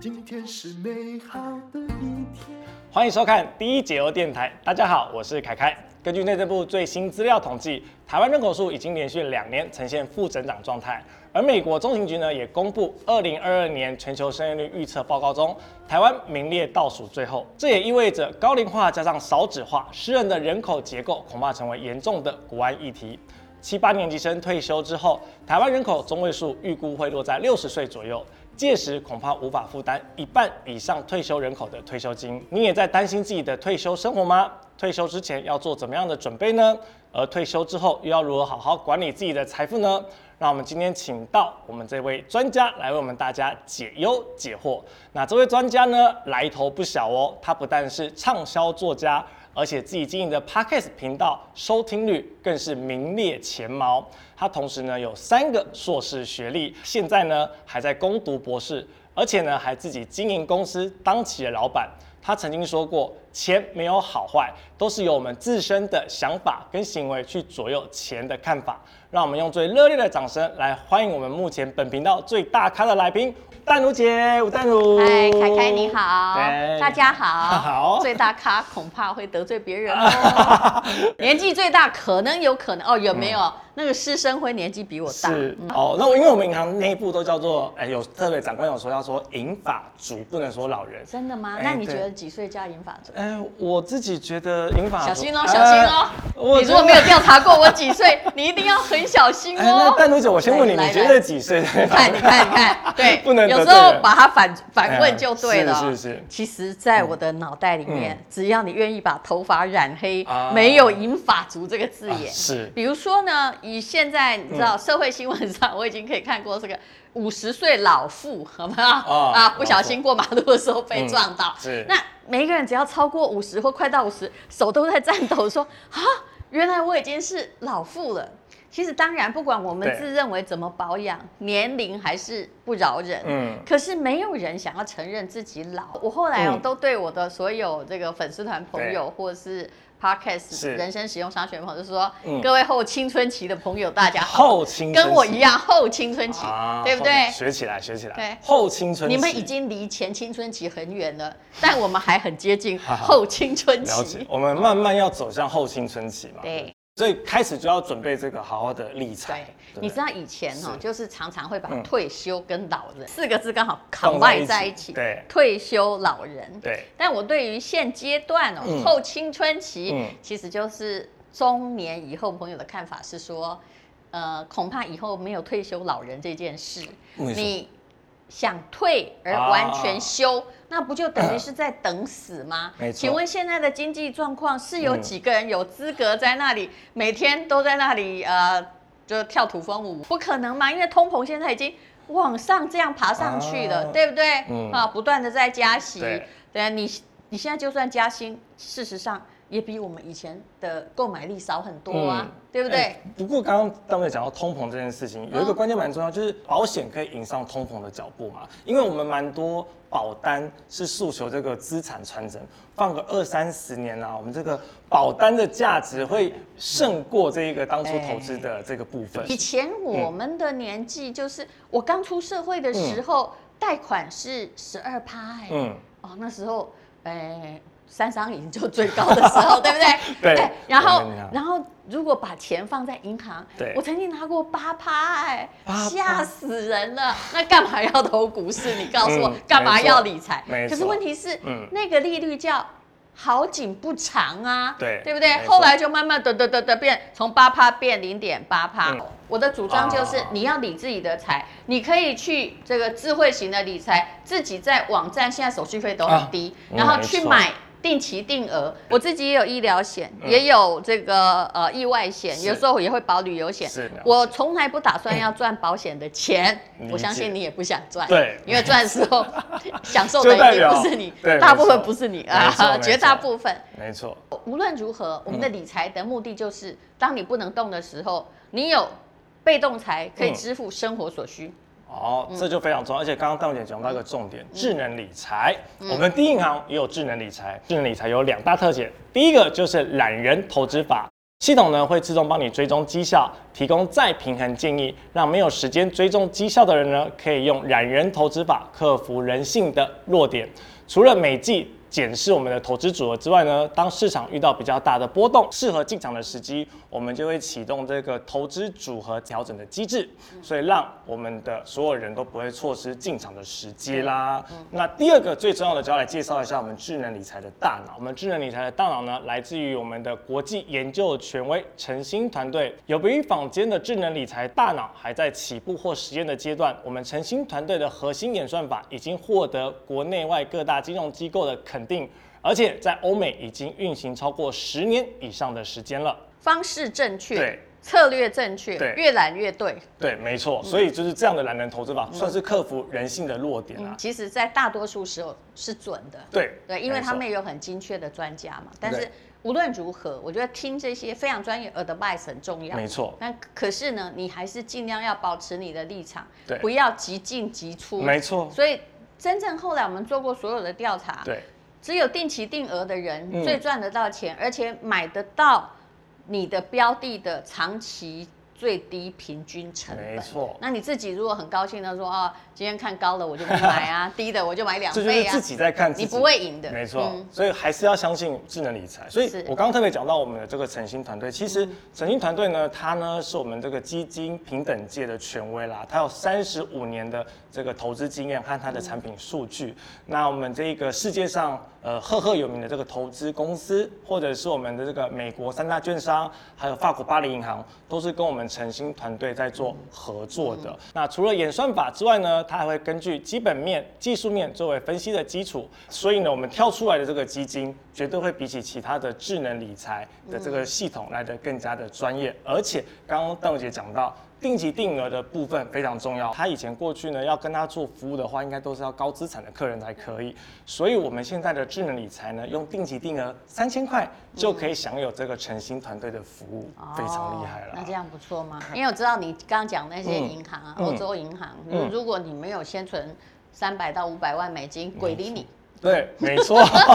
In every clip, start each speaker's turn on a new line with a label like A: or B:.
A: 今天是美好的一天。
B: 欢迎收看第一解忧电台。大家好，我是凯凯。根据内政部最新资料统计，台湾人口数已经连续两年呈现负增长状态。而美国中情局呢也公布二零二二年全球生育率预测报告中，台湾名列倒数最后。这也意味着高龄化加上少子化，私人的人口结构恐怕成为严重的国安议题。七八年级生退休之后，台湾人口中位数预估会落在六十岁左右，届时恐怕无法负担一半以上退休人口的退休金。你也在担心自己的退休生活吗？退休之前要做怎么样的准备呢？而退休之后又要如何好好管理自己的财富呢？那我们今天请到我们这位专家来为我们大家解忧解惑。那这位专家呢，来头不小哦，他不但是畅销作家，而且自己经营的 Podcast 频道收听率更是名列前茅。他同时呢有三个硕士学历，现在呢还在攻读博士，而且呢还自己经营公司当起了老板。他曾经说过，钱没有好坏，都是由我们自身的想法跟行为去左右钱的看法。让我们用最热烈的掌声来欢迎我们目前本频道最大咖的来宾，淡如姐，吴淡如。
C: 嗨，凯凯你好，
B: 对
C: 大家 好，
B: 好
C: 最大咖恐怕会得罪别人 哦，年纪最大可能有可能哦，有没有、那个师生辉年纪比我大？
B: 嗯
C: 嗯
B: 是哦，那我因为我们银行内部都叫做，哎，有特别长官有说要说银发族，不能说老人。
C: 真的吗？
B: 哎
C: 那你觉
B: 对
C: 得几岁加银发族？
B: 哎，我自己觉得银发族
C: 小心哦，小心哦！
B: 啊呃我
C: 你如果没有调查过我几岁， 你一定要很小心
B: 哎，那
C: 哦。
B: 淡如姐，我先问你，
C: 来
B: 你
C: 来
B: 觉得几岁？
C: 你 看，你看，你 看，对，
B: 哎不能得
C: 有
B: 罪
C: 时候
B: 人哎
C: 把它反反问就对了。
B: 是是是嗯
C: 其实，在我的脑袋里面，只要你愿意把头发染黑，
B: 啊
C: 没有“银发族”这个字
B: 啊
C: 眼。
B: 是嗯
C: 比如说呢，以现在你知道社会新闻上，我已经可以看过这个五十岁老妇，好吗？
B: 哦
C: 啊，不小心过马路的时候被
B: 嗯
C: 撞到，
B: 是
C: 那每一个人只要超过五十或快到五十，手都在颤抖，说啊，原来我已经是老妇了。其实当然，不管我们
B: 对
C: 自认为怎么保养，年龄还是不饶人。
B: 嗯
C: 可是没有人想要承认自己老。我后来哦
B: 嗯
C: 都对我的所有这个粉丝团朋友或是 podcast
B: 是
C: 人生使用商学的朋友，就说、
B: 嗯
C: 各位后青春期的朋友，大家好，
B: 后青春期，
C: 跟我一样后青春期，
B: 啊
C: 对不
B: 后
C: 对
B: 面？学起来，学起来。
C: 对
B: 后青春期，
C: 你们已经离前青春期很远了，但我们还很 接近后青春
B: 了解
C: 期，。
B: 我们慢慢要走向后青春期嘛。
C: 对。
B: 所以开始就要准备这个好好的理财
C: 对。，
B: 对
C: 你知道以前哈、
B: 是
C: 就是常常会把
B: 嗯
C: 退休跟老人、四个字刚好
B: 放在一
C: combine
B: 起
C: 在一起，
B: 对
C: 退休老人。
B: 对
C: 但我对于现阶段哦、
B: 嗯
C: 后青春期，
B: 嗯
C: 其实就是中年以后朋友的看法是说，呃，恐怕以后没有退休老人这件事，
B: 为什么啊
C: 你想退而完全休，那不就 等于是在等死吗？
B: 没错
C: 请问现在的经济状况是有
B: 嗯
C: 几个人有资格在那里、每天都在那里呃，就跳土风舞？不可能嘛，因为通膨现在已经往上这样爬上去了，
B: 啊
C: 对不对？
B: 嗯
C: 啊，不断的在加息。
B: 对
C: 对啊，你你现在就算加薪，事实上也比我们以前的购买力少很多啊，
B: 嗯
C: 对不对？
B: 哎不过刚刚大妹讲到通膨这件事情，有一个
C: 嗯
B: 关键蛮重要，就是保险可以迎上通膨的脚步嘛。因为我们蛮多保单是诉求这个资产传承，放个二三十年啊，我们这个保单的价值会胜过这一个当初投资的这个部分。
C: 以前
B: 嗯
C: 我们的年纪就是我刚出社会的时候，贷款是十二趴，哎、
B: 嗯，
C: 哦，那时候，哎，三商银就最高的时候，对不对？
B: 对
C: 然后
B: 我跟你讲，
C: 然后如果把钱放在银行，
B: 对
C: 我曾经拿过八趴，哎，
B: 8%
C: 吓死人了。那干嘛要投股市？你告诉我
B: 嗯，
C: 干嘛
B: 没错
C: 要理财
B: 没？
C: 可是
B: 错
C: 问题是
B: 嗯，
C: 那个利率叫。好景不长啊，
B: 对
C: 对不对
B: 没？错
C: 后来就慢慢得得得得变，从八趴变零点八趴
B: 嗯。
C: 我的主张就是
B: 啊
C: 你要理自己的财，你可以去这个智慧型的理财，自己在网站现在手续费都很低，
B: 啊
C: 然后
B: 没
C: 去
B: 错
C: 买定期定额。我自己也有医疗险，也有这个呃意外险，
B: 嗯是
C: 有时候我也会保旅游险
B: 是了解。嗯
C: 我从来不打算要赚保险的钱
B: 理，解
C: 我相信你也不想赚，
B: 对
C: 嗯因为赚的时 候享受
B: 就
C: 的
B: 代
C: 一定
B: 表
C: 不是你
B: 对，
C: 大
B: 没错
C: 部分不是你
B: 没错
C: 啊，
B: 没
C: 绝大
B: 错
C: 部分。
B: 没错，
C: 无论如
B: 嗯
C: 何，我们的理财的目的就是，当你不能动的时候，你有被动财可以支付生活所需。
B: 哦，
C: 嗯
B: 这就非常重要，而且刚刚邓姐讲到一个重点，智能理财。
C: 嗯
B: 我们第一银行也有智能理财，智能理财有两大特点，第一个就是懒人投资法。系统呢会自动帮你追踪绩效，提供再平衡建议，让没有时间追踪绩效的人呢，可以用懒人投资法克服人性的弱点。除了每季检视我们的投资组合之外呢，当市场遇到比较大的波动，适合进场的时机，我们就会启动这个投资组合调整的机制，所以让我们的所有人都不会错失进场的时机啦。
C: 嗯
B: 那第二个最重要的，就要来介绍一下我们智能理财的大脑。我们智能理财的大脑呢，来自于我们的国际研究权威诚心团队。有别于坊间的智能理财大脑还在起步或实验的阶段，我们诚心团队的核心演算法已经获得国内外各大金融机构的肯定，而且在欧美已经运行超过十年以上的时间了。
C: 方式正确
B: 对，
C: 策略正确
B: 对，
C: 越懒越对。
B: 对，没
C: 嗯
B: 错，所以就是这样的懒人投资法，算是克服人性的弱点啊
C: 嗯，。其实，在大多数时候是准的。
B: 对
C: 对，因为
B: 没错
C: 他们也有很精确的专家嘛。但是
B: 对
C: 无论如何，我觉得听这些非常专业 advice 很重要。
B: 没错，
C: 但可是呢，你还是尽量要保持你的立场，
B: 对
C: 不要急进急出。
B: 没错，
C: 所以，真正后来我们做过所有的调查，
B: 对，
C: 只有定期定额的人
B: 嗯
C: 最赚得到钱，而且买得到你的标的的长期最低平均成本。
B: 没错
C: 那你自己如果很高兴的说啊，今天看高了我就不 买啊，低的我就买两
B: 这就是
C: 倍啊
B: 自，己在看自己，
C: 你不会赢的。
B: 没错
C: 嗯，
B: 所以还是要相信智能理财。所以
C: 是嗯
B: 我刚刚特别讲到我们的这个诚心团队，其实诚心团队呢，它呢是我们这个基金平等界的权威啦，它有三十五年的这个投资经验和
C: 嗯
B: 它的产品数据。那我们这个世界上呃赫赫有名的这个投资公司，或者是我们的这个美国三大券商，还有法国巴黎银行，都是跟我们诚心团队在做合作
C: 嗯
B: 的。那除了演算法之外呢，它还会根据基本面、技术面作为分析的基础，所以呢，我们跳出来的这个基金绝对会比起其他的智能理财的这个系统来的更加的专业，而且刚刚邓姐讲到。定期定额的部分非常重要。他以前过去呢，要跟他做服务的话，应该都是要高资产的客人才可以。所以，我们现在的智能理财呢，用定期定额三千块就可以享有这个诚心团队的服务，非常厉害
C: 哦
B: 了。
C: 那这样不错吗？因为我知道你刚刚讲那些
B: 嗯
C: 银行啊，
B: 嗯
C: 欧、洲银行，
B: 嗯
C: 如果你没有先存三百到五百万美金，鬼理你。
B: 对，没错，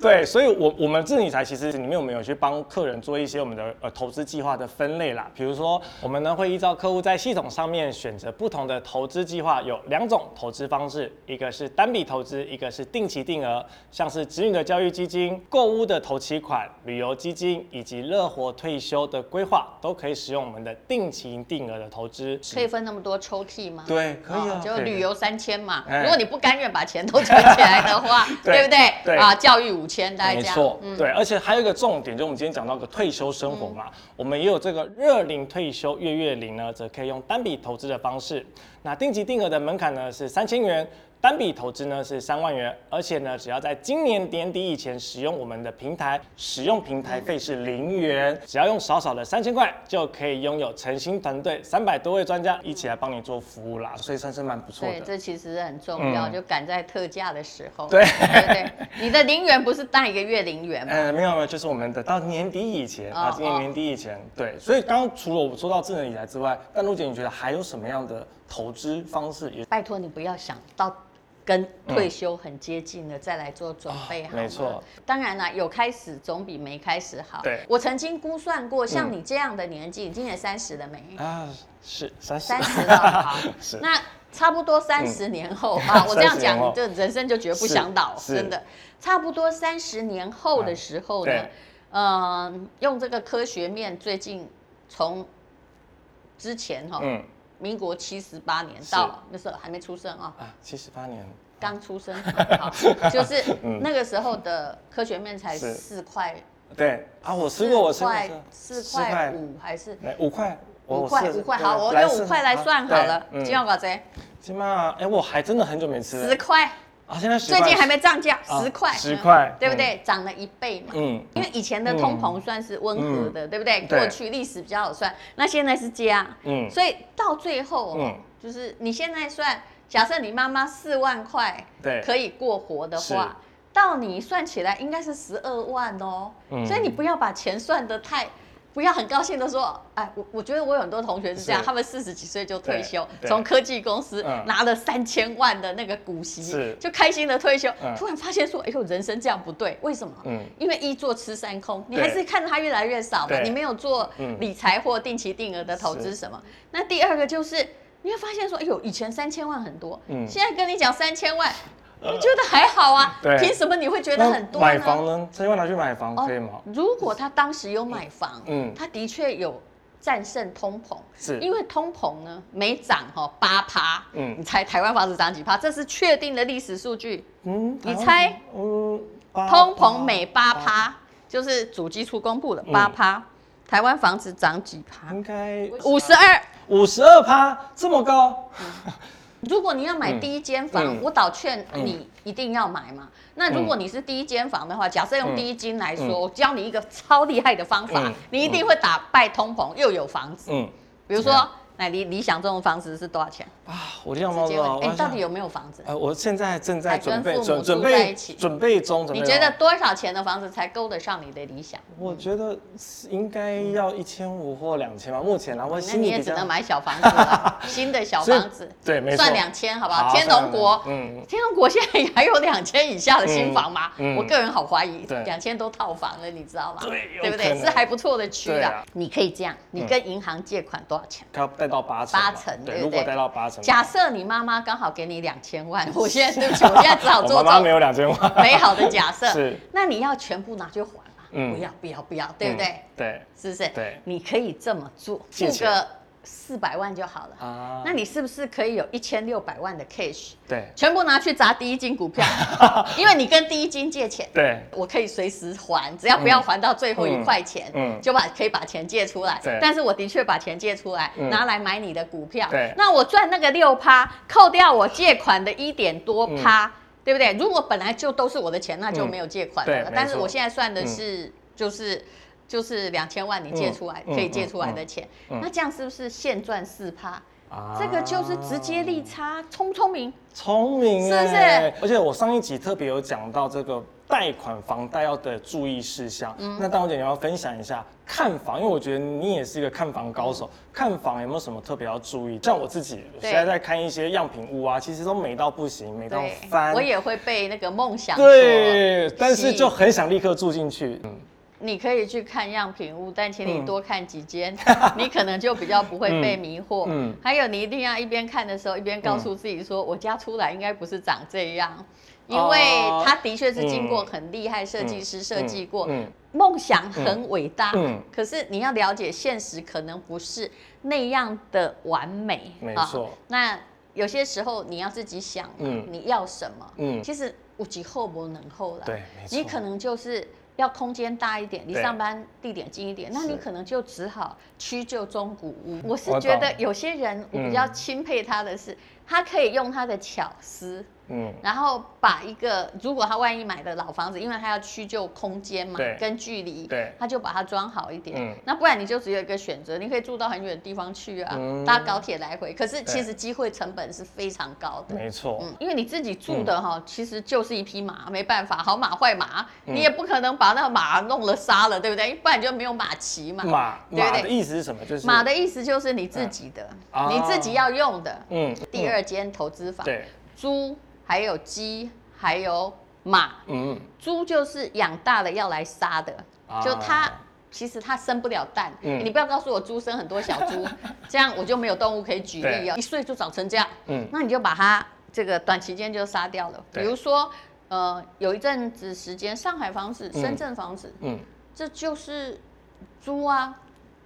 B: 对，所以我我们智能理财其实里面我们有去帮客人做一些我们的呃投资计划的分类啦，比如说我们呢会依照客户在系统上面选择不同的投资计划，有两种投资方式，一个是单笔投资，一个是定期定额，像是子女的教育基金、购物的投期款、旅游基金以及乐活退休的规划，都可以使用我们的定期定额的投资。
C: 可以分那么多抽屉吗？
B: 对可以啊
C: 哦就
B: 可以
C: 旅游三千嘛。
B: 哎
C: 如果你不甘愿把钱都存起来的话，对
B: 对
C: 不对？
B: 对
C: 啊，教育五千，大概
B: 没
C: 这样。
B: 错，
C: 嗯
B: 对，而且还有一个重点，就我们今天讲到个退休生活嘛，我们也有这个热龄退休月月龄呢，则可以用单笔投资的方式。那定期定额的门槛呢是三千元，单笔投资呢是三万元，而且呢，只要在今年年底以前使用我们的平台，使用平台费是零元，只要用少少的三千块就可以拥有诚心团队三百多位专家一起来帮你做服务啦，所以算是蛮不错
C: 对，
B: 的。
C: 这其实很重要，
B: 嗯
C: 就赶在特价的时候。
B: 对
C: 对对，你的零元不是带一个月零元吗？
B: 呃，没有没有，就是我们的到年底以前
C: 哦
B: 啊，今年
C: 哦
B: 年底以前，对。所以刚刚除了我们说到智能理财之外，但陆姐你觉得还有什么样的投资方式也？
C: 拜托你不要想到跟退休很接近的、再来做准备好、
B: 啊没错，
C: 当然啦，有开始总比没开始好。
B: 对
C: 我曾经估算过，像
B: 嗯
C: 你这样的年纪，你今年三十了没？
B: 啊，是 三十
C: 三十了，好
B: 是，
C: 那差不多三十年 后、啊，我这样
B: 30年
C: 讲，
B: 后
C: 就人生就绝不想倒，
B: 是是哎
C: 真的。差不多三十年后的时候呢
B: 对，
C: 嗯、用这个科学面，最近从之前哈、
B: 嗯
C: 民国七十八年
B: 是
C: 到那时候还没出生啊、
B: 啊，七十八年，
C: 刚出生， 好，就是那个时候的科学面才
B: 嗯是
C: 四块，
B: 对啊，我吃过，我吃过
C: 块，
B: 吃
C: 四块，五还是
B: 四来五哦块，我
C: 五
B: 我
C: 块
B: 试了
C: 五块？
B: 对
C: 好，我用
B: 试
C: 五块来算好了
B: 啊。对
C: 金
B: 嗯，
C: 耀搞贼，
B: 起码哎，我还真的很久没吃了
C: 十块。
B: 啊，现在十
C: 最
B: 块
C: 近还没涨价，
B: 啊
C: 十块，
B: 10块
C: 嗯对不对？涨了一倍嘛。
B: 嗯
C: 因为以前的通膨算是温和的，对不对？
B: 对
C: 过去历史比较好算，那现在是加，
B: 嗯
C: 所以到最后哦，
B: 嗯
C: 就是你现在算，假设你妈妈四万块
B: 对
C: 可以过活的话，到你算起来应该是十二万哦，
B: 嗯
C: 所以你不要把钱算得太不要很高兴的说，哎，我我觉得我有很多同学是这样，
B: 是
C: 他们四十几岁就退休，
B: 对对
C: 从科技公司
B: 嗯
C: 拿了三千万的那个股息
B: 是，
C: 就开心的退休
B: 嗯，
C: 突然发现说，哎呦，人生这样不对，为什么？
B: 嗯
C: 因为一做吃三空，你
B: 对
C: 还是看它越来越少嘛，
B: 对
C: 你没有做
B: 嗯
C: 理财或定期定额的投资
B: 是
C: 什么。那第二个就是。你会发现说，哎呦，以前三千万很多，
B: 嗯呃
C: 现在跟你讲三千万，你觉得还好啊？
B: 对
C: 凭什么你会觉得
B: 那
C: 很多呢？哦
B: 买房呢？这万拿去买房可以吗？
C: 如果他当时有买房，
B: 嗯
C: 他的确有战胜通膨，
B: 是
C: 因为通膨呢没涨哈八趴，
B: 嗯
C: 你猜台湾房子涨几趴？这是确定的历史数据，
B: 嗯，
C: 你猜
B: 台湾？嗯，八
C: 通膨每八
B: 八
C: 趴，就是主基出公布的
B: 哦嗯
C: 八趴，台湾房子涨几趴？
B: 应该
C: 五十二。
B: 五十二趴，这么高？
C: 如果你要买第一间房，
B: 嗯嗯
C: 我倒劝
B: 嗯
C: 你一定要买嘛。那如果你是第一间房的话，假设用
B: 嗯
C: 第一金来说，
B: 嗯
C: 我教你一个超厉害的方法，
B: 嗯
C: 你一定会打败通膨，又有房子。
B: 嗯
C: 比如
B: 怎么
C: 说
B: 样，
C: 那理理想中的房子是多少钱？
B: 啊，我就想
C: 直
B: 到
C: 接
B: 说，
C: 问，
B: 我
C: 哎，
B: 想
C: 到底有没有房子？
B: 呃，我现在正在
C: 还跟
B: 准备
C: 父母
B: 准
C: 住
B: 准
C: 在
B: 备
C: 一起
B: 准备中，准
C: 你
B: 备
C: 觉得
B: 中？
C: 多少钱的房子才够得上你的理想？
B: 我觉得是应该要一千五或两千吧，目前然后
C: 嗯那
B: 心
C: 你
B: 里
C: 也
B: 哦比
C: 只
B: 较
C: 能买小房子 了，新的小房子。
B: 对，没错，
C: 算两千好不好？
B: 好
C: 天龙国，
B: 算两千嗯
C: 天龙国现在还有两千以下的新房吗？
B: 嗯嗯
C: 我个人好怀疑，
B: 对
C: 两千都套房了，你知道吗？
B: 对有
C: 不
B: 可
C: 对？
B: 能
C: 是还不错的区
B: 对
C: 啦
B: 啊。
C: 你可以这样，你跟银行借款多少钱？
B: 要贷到八成嘛，
C: 八成，
B: 对，
C: 对
B: 如
C: 不
B: 果
C: 对？
B: 贷到八成，
C: 假设你妈妈刚好给你两千 万，我现在对不起，我现在只好
B: 我
C: 做
B: 妈
C: 这
B: 妈没
C: 种
B: 有两千万，
C: 美好的假设。
B: 是，
C: 那你要全部拿去还嘛？
B: 嗯
C: 不要，不要，不要，对不对？
B: 嗯？对
C: 是不是？
B: 对
C: 你可以这么做，
B: 借
C: 付
B: 钱
C: 个四百万就好了。
B: 啊，
C: 那你是不是可以有一千六百万的 cash，
B: 对
C: 全部拿去砸第一金 股票？因为你跟第一金借钱，
B: 对
C: 我可以随时还，只要不要还到最后一块钱，
B: 嗯嗯
C: 就把可以把钱借出来
B: 对。
C: 但是我的确把钱借出来，
B: 嗯
C: 拿来买你的股票。
B: 对
C: 那我赚那个六趴，扣掉我借款的一点多趴，对不对？如果本来就都是我的钱，那就
B: 嗯
C: 没有借款
B: 对
C: 了
B: 没。
C: 但是
B: 错
C: 我现在算的是，就是就是两千万你借出来、
B: 嗯
C: 可以借出来的钱，
B: 嗯嗯
C: 那这样是不是现赚四趴？
B: 啊
C: 这个就是直接利差，聪不聪明？
B: 聪明
C: 是不是
B: 欸而且我上一集特别有讲到这个贷款房贷要的注意事项，
C: 嗯
B: 那大红姐你要分享一下看房，因为我觉得你也是一个看房高手，看房有没有什么特别要注意？像我自己现
C: 对
B: 在在看一些样品屋啊，其实都美到不行，美到
C: 对，
B: 翻
C: 我。也会被那个梦想所
B: 对，但
C: 吸
B: 是
C: 引
B: 就很想立刻住进去。嗯，
C: 你可以去看样品屋，但请你
B: 嗯
C: 多看几间， 你可能就比较不会被迷惑。
B: 嗯嗯
C: 还有你一定要一边看的时候，一边告诉自己说，我家出来应该不是长这样，因为
B: 哦
C: 它的确是经过
B: 嗯
C: 很厉害设计师设计过。
B: 嗯，
C: 梦想很伟大，
B: 嗯嗯
C: 可是你要了解现实可能不是那样的完美。啊
B: 没错
C: 那有些时候你要自己想嘛，啊
B: 嗯
C: 你要什么？
B: 嗯
C: 其实有几后不能后了。
B: 对没错
C: 啊你可能就是要空间大一点，离
B: 对
C: 上班地点近一点，那
B: 是嗯
C: 你可能就只好屈就中古屋。我是
B: 我
C: 觉得
B: 懂
C: 有些人我比
B: 嗯
C: 较钦佩他的是，他可以用他的巧思。
B: 嗯，
C: 然后把一个，如果他万一买的老房子，因为他要屈就空间嘛
B: 对，
C: 跟距离，
B: 对
C: 他就把它装好一点。
B: 嗯
C: 那不然你就只有一个选择，你可以住到很远的地方去啊，
B: 嗯
C: 搭高铁来回。可是其
B: 对
C: 实机会成本是非常高的。
B: 没错。
C: 嗯，因为你自己住的
B: 嗯
C: 哈、其实就是一匹马，没办法，好马坏马，你也不可能把那个马弄了杀了，对不对？不然就没有马骑嘛。
B: 马
C: 嗯对不
B: 马的
C: 对？
B: 意思是什么？嗯就是
C: 马的意思就是你自己的，
B: 嗯
C: 你自己要用的。
B: 嗯，嗯
C: 第二间投资法，
B: 对，
C: 猪，还有鸡，还有马。
B: 嗯
C: 猪就是养大了要来杀的，
B: 啊
C: 就它其实它生不了蛋。欸
B: 嗯
C: 你不要告诉我猪生很多小 猪，这样我就没有动物可以举例啊。一岁就长成这样，
B: 嗯
C: 那你就把它这个短期间就杀掉了。比
B: 对
C: 如说，呃，有一阵子时间，上海房子、
B: 嗯
C: 深圳房子，
B: 嗯，
C: 这就是租啊。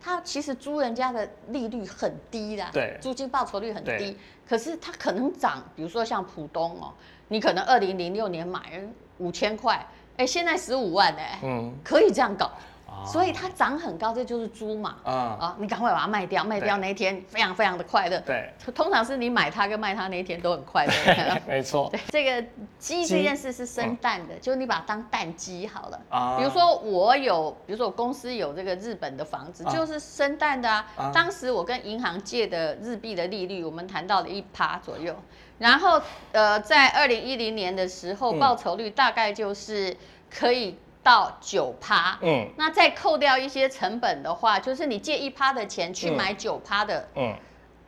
C: 它其实租人家的利率很低啦，
B: 对
C: 租金报酬率很低
B: 对，
C: 可是它可能涨，比如说像浦东哦，你可能二零零六年买五千块，哎，现在十五万哎、
B: 嗯
C: 可以这样搞，
B: 啊
C: 所以它涨很高，这就是租嘛，
B: 啊
C: 啊，你赶快把它卖掉，卖掉
B: 对
C: 那一天非常非常的快乐，
B: 对，
C: 通常是你买它跟卖它那一天都很快乐，
B: 没错
C: 对，这个鸡
B: 鸡
C: 这件事是
B: 哦
C: 生蛋的，就是你把它当蛋鸡好了。
B: 啊
C: 比如说我有，比如说我公司有这个日本的房子，
B: 啊
C: 就是生蛋的啊。
B: 啊
C: 当时我跟银行借的日币的利率，我们谈到了一趴左右。然后呃，在二零一零年的时候，
B: 嗯
C: 报酬率大概就是可以到九趴。
B: 嗯
C: 那再扣掉一些成本的话，就是你借一趴的钱去买九趴的
B: 嗯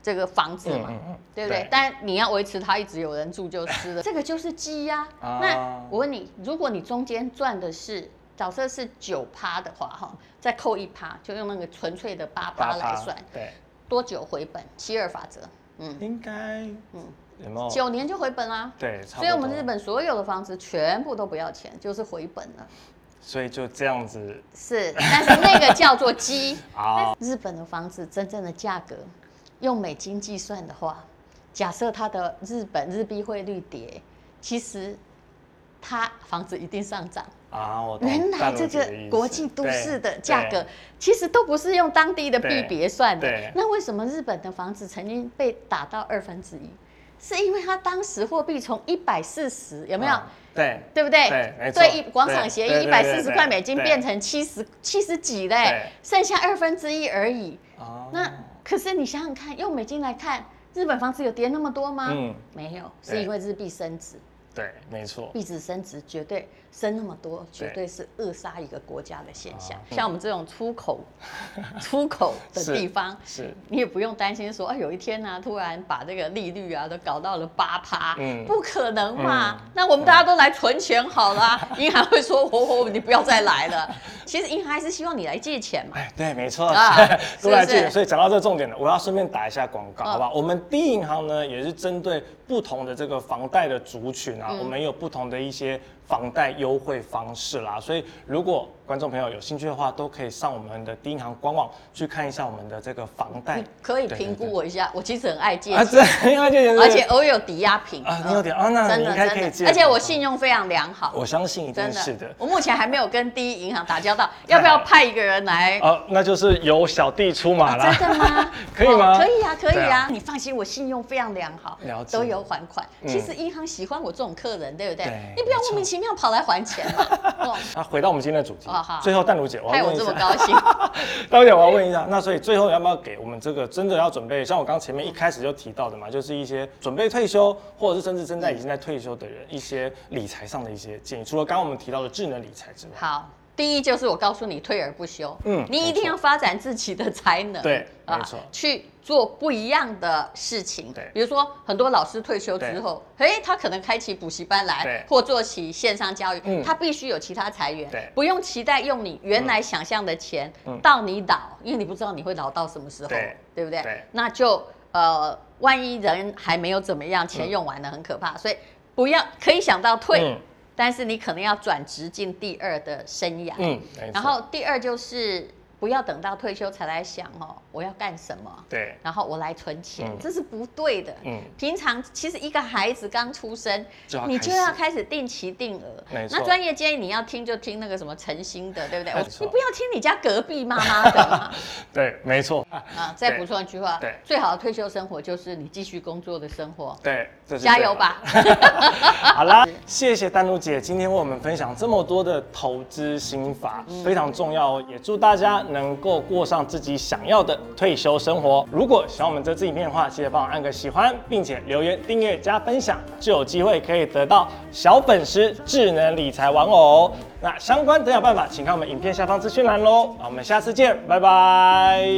C: 这个房子嘛，
B: 嗯嗯嗯
C: 对不对？
B: 对
C: 但你要维持它一直有人住就 是了，这个就是鸡呀、
B: 啊
C: 那我问你，如果你中间赚的是假设是九趴的话，哈，再扣一趴，就用那个纯粹的八趴来算，
B: 对，
C: 多久回本？七二法则，嗯，
B: 应该
C: 嗯
B: 有没有？
C: 九年就回本啦、
B: 对，差不
C: 所
B: 多
C: 以，我们日，本所有的房子全部都不要钱，就是回本了。
B: 所以就这样子
C: 是，但是那个叫做鸡。
B: 啊，
C: 日本的房子真正的价格，用美金计算的话，假设它的日本日币汇率跌，其实它房子一定上涨。
B: 啊，我懂
C: 原来这
B: 淡如姐的
C: 个
B: 意思
C: 国际都市的
B: 对
C: 价格，其实都不是用当地的币
B: 对
C: 别算的
B: 对。
C: 那为什么日本的房子曾经被打到二分之一？是因为它当时货币从一百四十有
B: 对
C: 没有？
B: 啊对，
C: 对不对？
B: 对没错
C: 对，一广场协
B: 对
C: 议一
B: 对
C: 百
B: 对
C: 四十
B: 对
C: 块美金
B: 对
C: 变成七十七十几嘞
B: 对，
C: 剩下二分之一而已。
B: 哦
C: 那可是你想想看，用美金来看，日本房子有跌那么多吗？
B: 嗯，
C: 没有，是
B: 对
C: 因为日币升值，
B: 对，没错，
C: 币值升值绝对升那么多，绝
B: 对
C: 对是扼杀一个国家的现象
B: 啊。
C: 像我们这种出 口出口的
B: 是
C: 地方，
B: 是
C: 你也不用担心说啊，有一天呢、突然把这个利率啊都搞到了八趴，
B: 嗯
C: 不可能嘛。
B: 嗯
C: 那我们大家都来存钱好啦、银行会说，我我你不要再来了。其实银行还是希望你来借钱嘛。
B: 哎， 对，没错，
C: 啊
B: 都来
C: 是不是
B: 这里。所以讲到这个重点了，我要顺便打一下广告，
C: 嗯
B: 好吧？我们第一银行呢，也是针对不同的这个房贷的族群
C: 嗯
B: 啊，我们有不同的一些房贷优惠方式啦。所以如果观众朋友有兴趣的话，都可以上我们的第一银行官网去看一下我们的这个房贷
C: 你嗯可以
B: 对
C: 评估
B: 对对
C: 我一下，我其实很爱借
B: 啊，
C: 钱。
B: 这 因为这也是
C: 而且偶尔有抵押品
B: 啊
C: 嗯
B: 你有抵啊那
C: 真
B: 你
C: 的
B: 应该
C: 真
B: 可以
C: 的
B: 借
C: 而且
B: 款
C: 我
B: 吧
C: 信用非常良好，
B: 我相信一定
C: 真
B: 是的。
C: 我目前还没有跟第一银行打交道，
B: 太
C: 要
B: 好
C: 不要派一个人来？
B: 哦、那就是由小弟出马啦。？
C: 哎啊真的吗
B: 可以吗
C: 哦可以啊，可以
B: 对
C: 啊
B: 啊，
C: 你放心，我信用非常良好
B: 了，解
C: 都有还款。
B: 嗯
C: 其实银行喜欢我这种客人，对不对
B: 对？
C: 你不要莫名其妙跑来还钱 嘛。哦
B: 那回到我们今天的主题，
C: 哦好
B: 最后淡如姐，我
C: 害
B: 要
C: 我
B: 问一
C: 这么
B: 下，
C: 高兴，
B: 大姐，我要问一下，那所以最后要不要给我们这个真的要准备？像我刚前面一开始就提到的嘛，就是一些准备退休，或者是甚至正在已经在退休的人，一些理财上的一些建议。除了刚刚我们提到的智能理财之外，
C: 好。第一就是我告诉你退而不休，嗯
B: 嗯，
C: 你一定
B: 没错
C: 要发展自己的才能，啊
B: 对没错
C: 去做不一样的事情，
B: 对
C: 比如说很多老师退休之
B: 对
C: 后，诶，他可能开启补习班来
B: 对，
C: 或做起线上教育，
B: 嗯
C: 他必须有其他财源
B: 对，
C: 不用期待用你原来想象的钱
B: 嗯
C: 到你老，因为你不知道你会老到什么时候，
B: 对
C: 对不对？
B: 对
C: 那就呃，万一人还没有怎么样，钱用完了很可怕，所以不要可以想到退
B: 嗯，
C: 但是你可能要转职进第二的生涯。
B: 嗯，没错
C: 然后第二就是不要等到退休才来想哦，我要干什么，
B: 对，
C: 然后我来存钱，
B: 嗯
C: 这是不对的。
B: 嗯
C: 平常其实一个孩子刚出生
B: 就要，
C: 你
B: 开始
C: 就要开始定期定额
B: 没。错
C: 那专业建议你要听就听那个什么诚心的，对不对？我
B: 没错
C: 你不要听你家隔壁妈妈的嘛。
B: 对，没错，
C: 啊，再
B: 对
C: 补充一句话
B: 对，
C: 最好的退休生活就是你继续工作的生活。
B: 对，这是
C: 加
B: 最
C: 油
B: 好的
C: 吧！
B: 好啦，谢谢丹如姐今天为我们分享这么多的投资心法，非常重要哦。也祝大家能够过上自己想要的退休生活。如果喜欢我们这支影片的话，记得帮我按个喜欢，并且留言、订阅、加分享，就有机会可以得到小粉丝智能理财玩偶哦。那相关得奖办法，请看我们影片下方资讯栏喽。那我们下次见，拜拜。